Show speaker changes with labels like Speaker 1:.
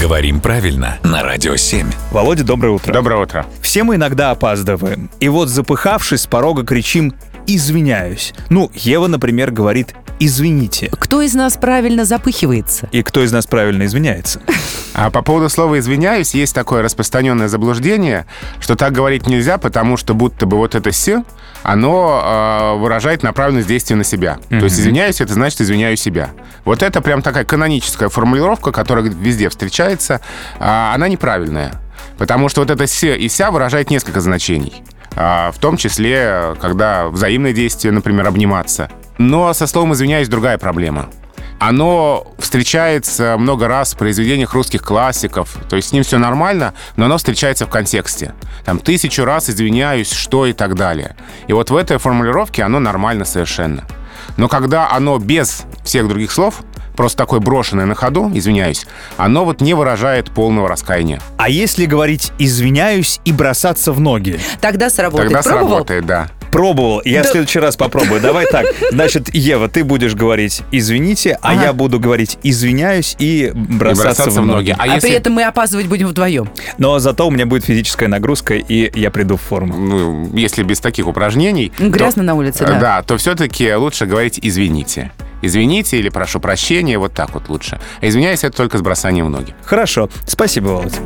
Speaker 1: Говорим правильно на Радио 7.
Speaker 2: Володя, доброе утро.
Speaker 3: Доброе утро.
Speaker 2: Все мы иногда опаздываем. И вот, запыхавшись, с порога кричим «извиняюсь». Ну, Ева, например, говорит «извините».
Speaker 4: Кто из нас правильно запыхивается?
Speaker 2: И кто из нас правильно извиняется?
Speaker 3: А по поводу слова «извиняюсь» есть такое распространенное заблуждение, что так говорить нельзя, потому что будто бы вот это «с», оно э, выражает направленность действия на себя. То есть «извиняюсь» — это значит «извиняю себя». Вот это прям такая каноническая формулировка, которая везде встречается. А она неправильная, потому что вот это «с» и «ся» выражает несколько значений. А, в том числе, э, когда взаимное действие, например, обниматься. Но со словом «извиняюсь» другая проблема. Оно встречается много раз в произведениях русских классиков. То есть с ним все нормально, но оно встречается в контексте. Там тысячу раз извиняюсь, что и так далее. И вот в этой формулировке оно нормально совершенно. Но когда оно без всех других слов, просто такое брошенное на ходу, извиняюсь, оно вот не выражает полного раскаяния.
Speaker 2: А если говорить «извиняюсь» и бросаться в ноги?
Speaker 4: Тогда сработает.
Speaker 3: Тогда
Speaker 4: Пробовал?
Speaker 3: сработает, да.
Speaker 2: Пробовал. Я в
Speaker 4: Да.
Speaker 2: следующий раз попробую. Давай так. Значит, Ева, ты будешь говорить «извините», а я буду говорить «извиняюсь» и
Speaker 3: И
Speaker 2: бросаться, в ноги.
Speaker 4: А при этом мы опаздывать будем вдвоем.
Speaker 2: Но зато у меня будет физическая нагрузка, и я приду в форму.
Speaker 3: ну, если без таких упражнений...
Speaker 4: Ну, грязно на улице, да.
Speaker 3: Э, то все-таки лучше говорить «извините». Извините или прошу прощения, вот так вот лучше. А Извиняюсь, это только с бросанием в ноги.
Speaker 2: Хорошо. Спасибо, Володя.